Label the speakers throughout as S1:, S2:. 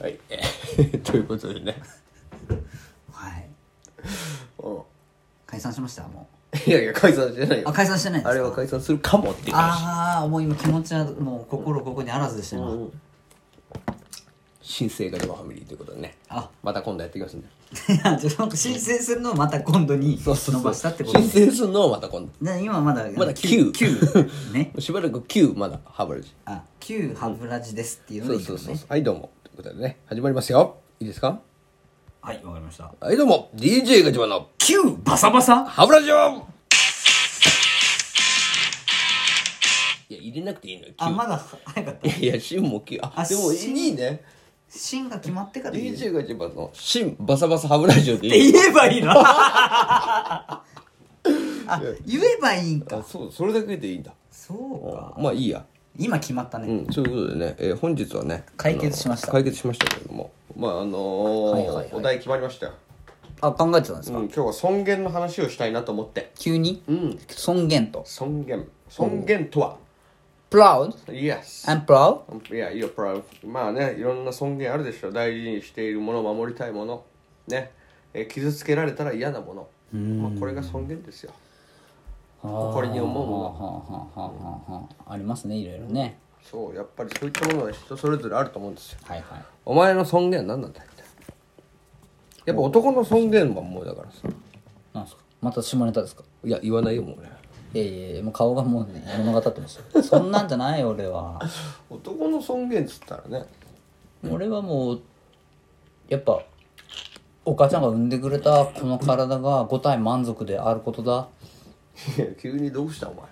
S1: はい。 ということでね。
S2: はい
S1: うん
S2: 解散しましたも
S1: いやいや、解散してないう
S2: あ
S1: よ。
S2: 解散してないんで
S1: あ
S2: す
S1: れ
S2: か
S1: は解散するかもっていう話。
S2: ああもう今気持ちはもう心ここにあらずでした今、
S1: うん新生がでもファミリーということでね。
S2: あ
S1: また今度やっていきますんで。
S2: いやじゃあなんか申請するのをまた今度に伸ばしたってこと
S1: 申請するのはまた今度。
S2: ね今まだ
S1: まだ
S2: 九
S1: 九
S2: 九ね
S1: しばらく9まだハーバルジ。
S2: あ九歯ブラシですっていうの
S1: そ
S2: で
S1: う
S2: いいか
S1: そ
S2: も
S1: う
S2: ね
S1: そう。はい、どうも。ということでね、始まりますよ。いいですか
S2: はいわかりました
S1: はい、どうも。DJ が自慢の
S2: 九バサバサ
S1: ハブラジオいや、入れなくていいのよ。
S2: あまだ早かった
S1: いや、シンもき、あ、
S2: あ
S1: でもい
S2: シン
S1: いね。
S2: 芯が決まってから言う
S1: DJ が一番の、シンバサバサハブラジオでいい。
S2: 言えばいい のあ言えばいいんか
S1: あ、そう、それだけでいいんだ。
S2: そうか
S1: まあいいや。
S2: 今決まったね、
S1: うん、そういうことでね、えー本日はね、
S2: 解決しました
S1: あの解決しましたけれども、まああのー
S2: はいはいはい
S1: お題決まりましたよ。
S2: あ考えてたんです
S1: う
S2: か、
S1: ん、今日は尊厳の話をしたいなと思って。
S2: 急に、
S1: うん。
S2: 尊厳と
S1: 尊厳。尊厳とは、
S2: proud
S1: Yes。
S2: and proud
S1: いや、いや、プラまあね、いろんな尊厳あるでしょ。大事にしているもの、守りたいもの、ね、えー傷つけられたら嫌なもの。まあ、これが尊厳ですよ。誇りに思うもの。
S2: はあはあはあはあありますねいろいろね、
S1: そうやっぱりそういったものは人それぞれあると思うんですよ
S2: はいはい
S1: お前の尊厳は何なんだよみたいなやっぱ男の尊厳はもうだからさ
S2: なんですかまた下ネタですか
S1: いや言わないよもうね
S2: いやいやいやもう顔がもう、ね、物語ってましたそんなんじゃないよ俺は
S1: 男の尊厳っつったら ね
S2: 俺はもうやっぱお母ちゃんが産んでくれたこの体が5体満足であることだ
S1: いや急にどうしたお前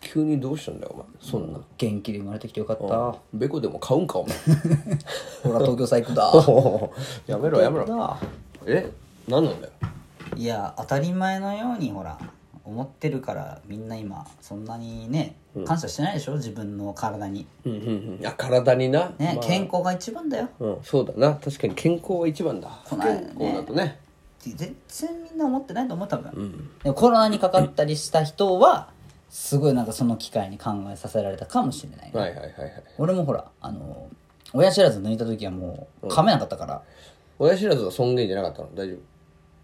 S1: 急にどうしたんだよお前そんな
S2: 元気で生まれてきてよかった
S1: べこでも買うんかお前
S2: ほら東京最高だ
S1: やめろやめろ
S2: だ
S1: え何なんだよ
S2: いや当たり前のようにほら思ってるからみんな今そんなにね感謝してないでしょ自分の体に
S1: うんうんうんあ体にな、
S2: ね、
S1: まあ
S2: 健康が一番だよ
S1: うん、そうだな確かに健康が一番だ不
S2: この間
S1: 健
S2: ね
S1: 康だとね
S2: 全然みんな思ってないと思う多分、でもコロナにかかったりした人はすごいなんかその機会に考えさせられたかもしれない、
S1: はいはいはいはい
S2: 俺もほらあの親知らず抜いた時はもう噛めなかったから、
S1: 親知らずは尊厳じゃなかったの大丈夫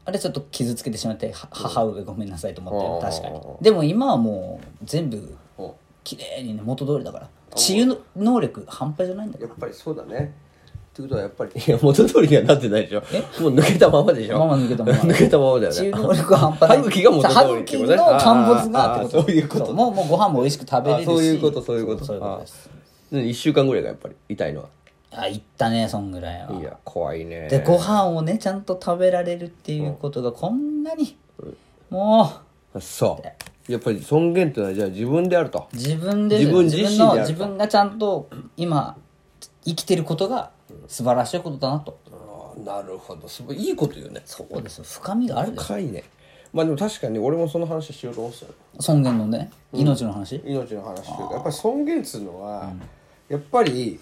S2: あれちょっと傷つけてしまっては母上ごめんなさいと思ってる確か
S1: うんうんうん
S2: にでも今はもう全部
S1: お
S2: 綺麗にね元通りだから治癒の能力半端じゃないんだ
S1: や
S2: よ
S1: っぱりそうだねってことはやっぱり いや元通りにはなってないでしょもう抜けたままでしょ
S2: まま抜けたま ま
S1: 抜けたままだよね
S2: 治癒能力は半端ない
S1: 歯茎が元通りってことね
S2: 歯茎の陥没がってこと
S1: あーあーそういうこと
S2: そもうもうご飯も美味しく食べれるし
S1: あそういうことそういうこと
S2: そういうことです
S1: 1週間ぐらいがやっぱり痛いのは
S2: あ行ったねそんぐらいはい
S1: や怖いね
S2: でご飯をねちゃんと食べられるっていうことがこんなにも
S1: そうやっぱり尊厳ってのはじゃあ自分であると
S2: う自分で
S1: 自分自身
S2: の
S1: であると
S2: 自分がちゃんと今生きてることが素晴らしいことだなと
S1: ああなるほどすごいいいこと言うね
S2: そうですよ深みがあるです
S1: 深いねまあでも確かに俺もその話しようと思ってたよ
S2: 尊厳のね命の話、
S1: 命の話というかやっぱり尊厳っつうのは、やっぱり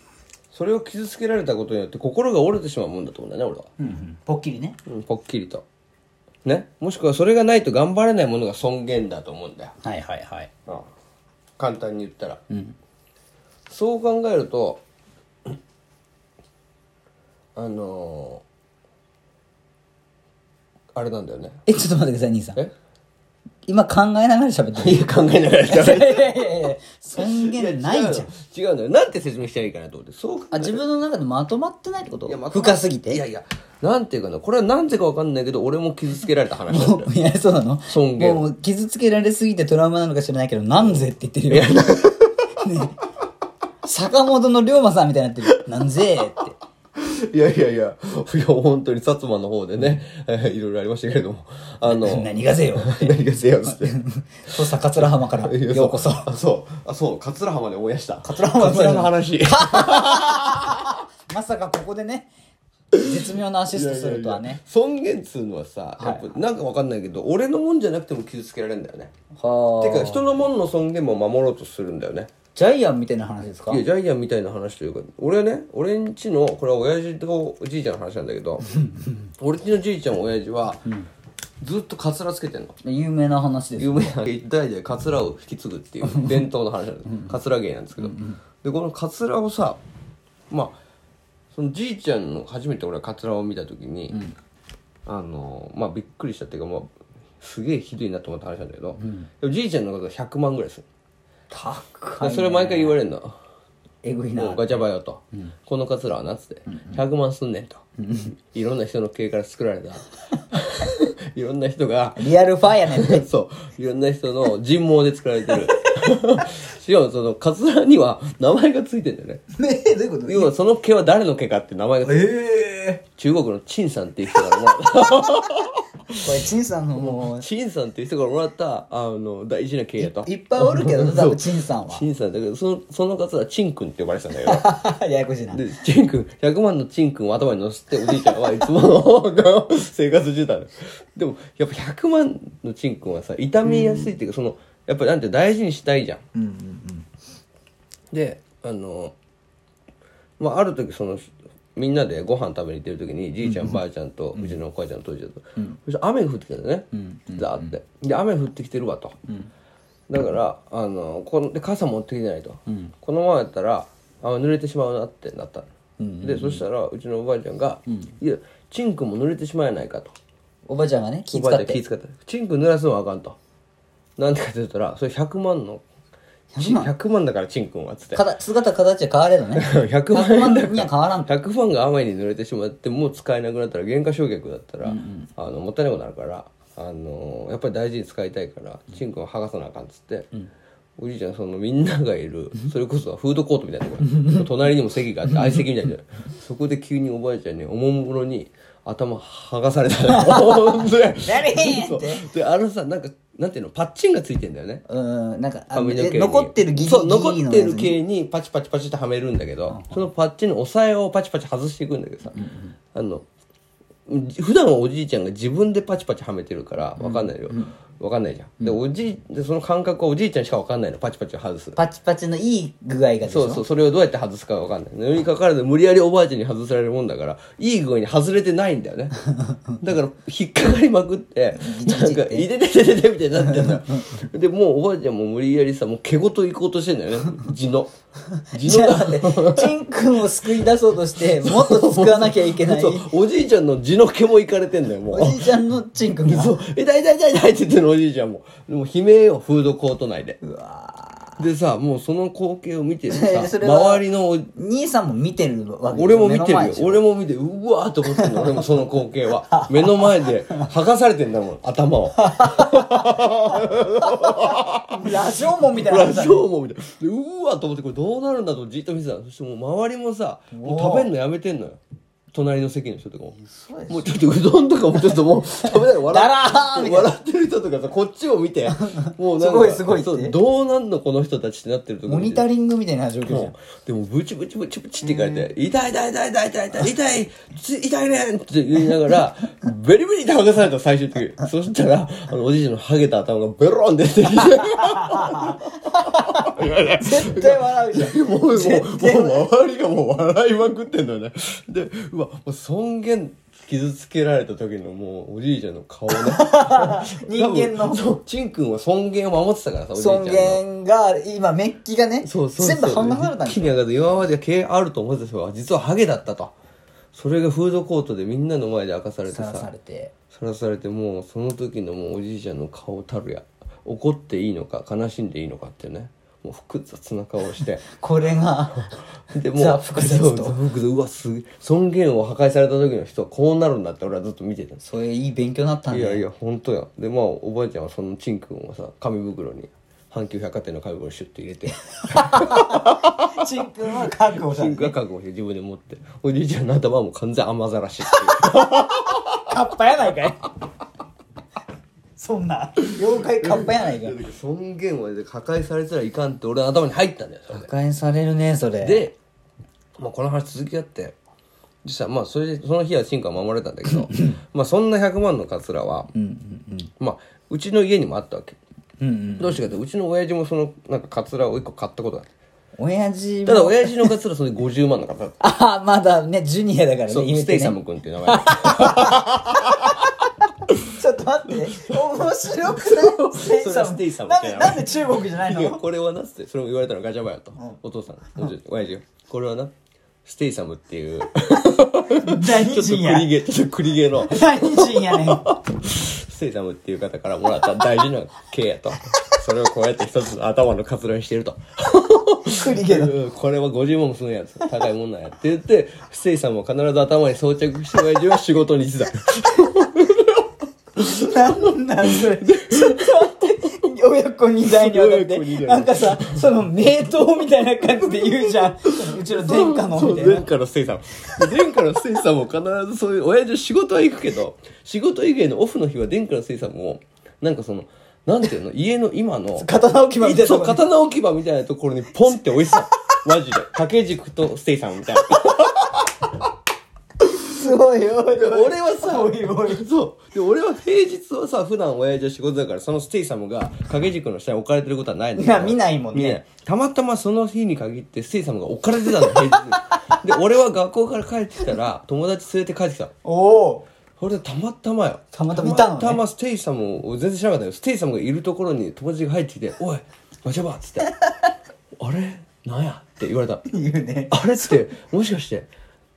S1: それを傷つけられたことによって心が折れてしまうもんだと思うんだよね俺は
S2: うんうん、ポッキリね
S1: うん、ぽっきりと。ね。もしくはそれがないと頑張れないものが尊厳だと思うんだよ。
S2: はいはいはい
S1: 簡単に言ったら。
S2: うん
S1: そう考えると、あのーあれなんだよね。
S2: えちょっと待ってください兄さん
S1: え
S2: 今考えながら喋ってる
S1: いや、考えながら
S2: いやいやいやいや尊厳 ないじゃん
S1: 違うのよ。なんて説明したらいいかなと思って。そう考え
S2: あ自分の中でまとまってないってこと
S1: いやまとま
S2: 深すぎて
S1: いやいや、なんていうかな。これはなんてかわかんないけど、俺も傷つけられた話な んだよ。
S2: もういや、そうなの
S1: 尊厳
S2: もう傷つけられすぎてトラウマなのか知らないけど、なんぜって言ってるよ。ね坂本の龍馬さんみたいになってる。なん ぜって。
S1: いやいやいや、いや、本当に薩摩の方でね、 えーいろいろありましたけれども、あの、
S2: 何がぜよ。
S1: 何がせよっつって。
S2: 土佐桂浜から、
S1: いや
S2: ようこそ。
S1: あ、そう。あ、そう。桂浜で思い出した。
S2: 桂浜
S1: 桂の 話。
S2: まさかここでね、絶妙なアシストするとはね。
S1: 尊厳っつうのはさ、やっぱなんかわかんないけど、俺のもんじゃなくても傷つけられるんだよね。
S2: は
S1: て
S2: あ。
S1: か、人のもんの尊厳も守ろうとするんだよね。
S2: ジャイアンみたいな話ですか
S1: いや、ジャイアンみたいな話というか、俺ね、俺んちの、これは親父とおじいちゃんの話なんだけ ど、俺んちのじいちゃん、親父は、ずっとカツラつけてんの。
S2: 有名な話です。
S1: 有名な一代でカツラを引き継ぐっていう伝統の話なんですカツラ芸なんですけどでこのカツラをさまあそのじいちゃんの初めて俺はカツラを見た時に、あのまあびっくりしたっていうか、まあ、すげえひどいなと思った話なんだけど、でもじいちゃんのこと100万ぐらいする、
S2: 高い
S1: それ毎回言われるの
S2: えぐいな
S1: もうガチャバよと、このカツラはなっつって、100万すんねんと、いろんな人の経営から作られ たいろんな人が
S2: リアルファイやねんって
S1: そういろんな人の人毛で作られてる しかもそのカツラには名前がついてんだよ ね
S2: ねえどういうこと
S1: 要はその毛は誰の毛かって名前がついてる
S2: ええ
S1: 中国の陳さんっていう人からもらった
S2: これ陳さんのもう
S1: 陳さんっていう人からもらったあの大事な毛やと
S2: いっぱいおるけどな多分陳さんは
S1: 陳さんだけどそのその方は陳君って呼ばれてたんだけど
S2: ややこしいな
S1: で陳君100万の陳君を頭に乗せておじいちゃんはいつ もの生活してたのでもやっぱ100万の陳君はさ痛みやすいっていうかそのやっぱなんて大事にしたいじゃん
S2: うんうん
S1: であのまあある時そのみんなでご飯食べに行ってる時にじいちゃんばあちゃんとうちのお母ちゃんと当時だと、そして雨が降ってきたんだよね、ザーってで雨降ってきてるわと、だからあのこので傘持ってきてないと、このままやったらあ濡れてしまうなってなったの、でそしたらうちのおばあちゃんが「いやチンくんも濡れてしまえないか」と。
S2: おばあちゃんがね気
S1: おばあ
S2: 使
S1: ちゃ
S2: っ
S1: ん気
S2: て
S1: 使ってチンク濡らすのはあかんとなんでかって言ったらそれ100万の100万だからチンくんはっつって
S2: 形姿形は変わ れどね
S1: 100万
S2: 100万だけには変わらんと
S1: 100万が雨に濡れてしまってもう使えなくなったら原価償却だったら、あのもったいなくなるから、あのやっぱり大事に使いたいからチンコを剥がさなあかんっつって、おじいちゃんそのみんながいるそれこそフードコートみたいなところ隣にも席があって相席みたい なそこで急におばあちゃんにおもむろに頭剥がされた のほんで
S2: 誰って
S1: そうであのさなんかなんていうのパッチンがついてんだよね
S2: うんなんかあ
S1: 髪の毛
S2: え
S1: に
S2: 残ってるギリギ
S1: そう
S2: リの
S1: 残っ
S2: や
S1: て
S2: つ
S1: る
S2: ね
S1: 系にパチパチパチってはめるんだけど、そのパッチの押さえをパチパチ外していくんだけどさ、あのじ普段はおじいちゃんが自分でパチパチはめてるからわかんないよ、わかんないじゃん、でおじいでその感覚はおじいちゃんしかわかんないのパチパチを外す
S2: パチパチのいい具合がでし
S1: そ
S2: ょ
S1: うそうそれをどうやって外すかわかんないのにかかわらず無理やりおばあちゃんに外されるもんだからいい具合に外れてないんだよ ねだから引っかかりまくってなんか「いててててて」みたいになってんだでもうおばあちゃんも無理やりさもう毛ごと行こうとしてんだよね地の地
S2: じ
S1: の
S2: ゃ
S1: が
S2: あ 待ってチン君を救い出そうとしてもっと救わなきゃいけな い
S1: そうおじいちゃんの地の毛もいかれてんだよもう
S2: おじいちゃんのチン君が
S1: そう「痛い痛い痛い痛い」って言ってるおじいちゃんもでも悲鳴よフードコート内で
S2: うわ
S1: でさもうその光景を見てる
S2: そ
S1: さ
S2: れは
S1: 周りのお
S2: 兄さんも見てるわけでしょ
S1: 俺も見てる
S2: 目の前
S1: よ
S2: でしょ
S1: 俺も見てうわーと思ってる の俺もその光景は目の前で剥がされてんだ もん頭を
S2: ラジオモンみたいな
S1: ラ
S2: 話だ
S1: ジ
S2: ね
S1: オも見てでうわーと思ってこれどうなるんだと思ってじっと見てたのそしてもう周りもさもう食べんのやめてんのよ隣の席の人とかも
S2: そうでしょ
S1: もうちょっとうどんとかもちょっともう 食べないで
S2: だら
S1: 笑
S2: ーん
S1: って
S2: みたいな
S1: 笑ってる人とかさこっちを見 てもうなんか
S2: すごいすごいって
S1: そうどうなんのこの人たちってなってるとこ
S2: モ
S1: ろ
S2: ニタリングみたいな状況じゃん
S1: でもブチブチブチブチって言われて「痛い痛い痛い痛い痛い痛い痛いつ痛いねん!」って言いながら ベリベリって剥がされた最終的にそしたらあのおじいちゃんのハゲた頭がベロン出てきて
S2: 絶対笑う じゃ ん
S1: もうもうもう周りがもう笑いまくってんのよねでうわもう尊厳傷つけられた時のもうおじいちゃんの 顔ね
S2: 人間の
S1: 多分そうチン君は尊厳を守ってたからさおじいちゃん
S2: 尊
S1: の
S2: 厳が今メッキがね
S1: そうそうそう
S2: 全部半額されたん
S1: 一
S2: だ
S1: 気に上がって今まで毛あると思ってた人が実はハゲだったとそれがフードコートでみんなの前で明かされて
S2: さ
S1: さ
S2: らされて
S1: さらされてもうその時のもうおじいちゃんの顔たるや怒っていいのか悲しんでいいのかってねもう複雑な顔して
S2: これ が
S1: でもう
S2: ザ複雑と
S1: そうザ複雑うわすげえ尊厳を破壊された時の人はこうなるんだって俺はずっと見てたんです
S2: そういういい勉強になったん
S1: い
S2: だ
S1: や
S2: よ
S1: いや本当やでまあおばあちゃんはそのチンくんをさ紙袋に阪急百貨店の紙袋にシュッと入れて
S2: チン君は覚悟
S1: 真
S2: し
S1: 空覚悟して自分で持っておじいちゃんの頭はもう完全雨ざらしって
S2: たカッパやないかいそんな妖怪カッパやないかい
S1: いう尊厳は破壊されたらいかんって俺の頭に入ったんだよそれ
S2: 破壊されるねそれ
S1: で、まあ、この話続きあってでさまあそれでその日は進化は守られたんだけどまあそんな100万のカツラは、まあうちの家にもあったわけ、
S2: うんうん
S1: どうしてかってうちの親父もそのなんかカツラを1個買ったことがある
S2: 親父
S1: た
S2: も
S1: だ親父のカツラそれ50万のカツラだった
S2: ああまだねジュニアだからね
S1: そう
S2: 言
S1: ス
S2: う
S1: テ
S2: て
S1: イサ
S2: ね
S1: ム君っていう名前
S2: ちょっと待 って面白くないステイ
S1: それ
S2: サ
S1: は
S2: ム
S1: ステイサム
S2: な
S1: っ
S2: ん
S1: て
S2: で
S1: 名前
S2: なんで中国じゃない
S1: いや
S2: の
S1: これはなっつってそれも言われたのガチャバやと、お父さんおじ親父よこれはなステイサムって いう
S2: 何
S1: ちょっと
S2: 人や
S1: 栗毛 ちょっと栗毛の
S2: 何人やねん
S1: ステイサムっていう方からもらった大事な毛やとそれをこうやって一つ頭の活動にしてると
S2: 栗毛の
S1: うんこれは50万もするんやつ高いもんなんやって言ってステイサムを必ず頭に装着して親父は仕事に一だ
S2: なんなんそれちょっと待って親子二代にわたっ
S1: 親子二代
S2: てなんかさその名刀みたいな感じで言うじゃんそのうちの殿下の
S1: そう
S2: みたいな
S1: 殿下のステイサム殿下のステイサムを必ずそういう親父は仕事は行くけど仕事以外のオフの日は殿下のステイサムをなんかそのなんていうの家の今の
S2: 刀置き場みたいな
S1: そう、
S2: とこ
S1: 刀置き場みたいなところにポンって置いてた。マジで。掛け軸とステイさんみたいな。
S2: すごいよ
S1: 俺はさ
S2: おいおい
S1: そう。で、俺は平日はさ、普段親父は仕事だから、そのステイサムが掛け軸の下に置かれてることはないの
S2: いや見ないもんね
S1: たまたまその日に限ってステイサムが置かれてたの、平日に。で、俺は学校から帰ってきたら、友達連れて帰ってきたの。
S2: おお
S1: それでたまたまよ。
S2: たまたまいたのね
S1: たまたまステイサムを、全然知らなかったよ。ステイサムがいるところに友達が入ってきて、おい、マジャバっつって。 あれなんやって言われた。
S2: 言うね
S1: あれって、もしかして、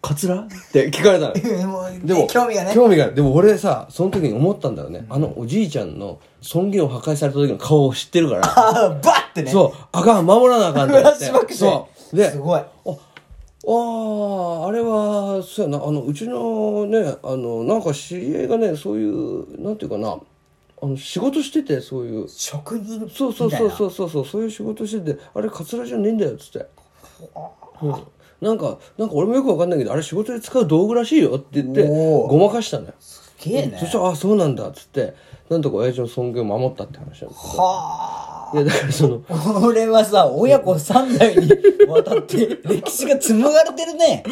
S1: カツラって聞か れたの。
S2: もう
S1: でも、
S2: 興味がね
S1: 興味がないでも俺さ、その時に思ったんだよね。あのおじいちゃんの尊厳を破壊された時の顔を知ってるから、
S2: あーバッ てね
S1: そう、あかん、守らなあかんと思って。
S2: フラッシュバックして
S1: そう。で、
S2: すごい
S1: ああああれはそうやなあのうちのねあのなんか知り合いがねそういうなんていうかなあの仕事しててそういう
S2: 職人
S1: そうそうそうそううそうそうそういう仕事しててあれカツラじゃねえんだよっつって、うん、なんかなんか俺もよくわかんないけどあれ仕事で使う道具らしいよって言って
S2: おー
S1: ごまかしたのよ
S2: すげえね
S1: そしたら「あそうなんだ」っつってなんとか親父の尊厳を守ったって話なんですけど
S2: はい
S1: やだからその
S2: あ俺はさ親子三代にわたって歴史が紡がれてるね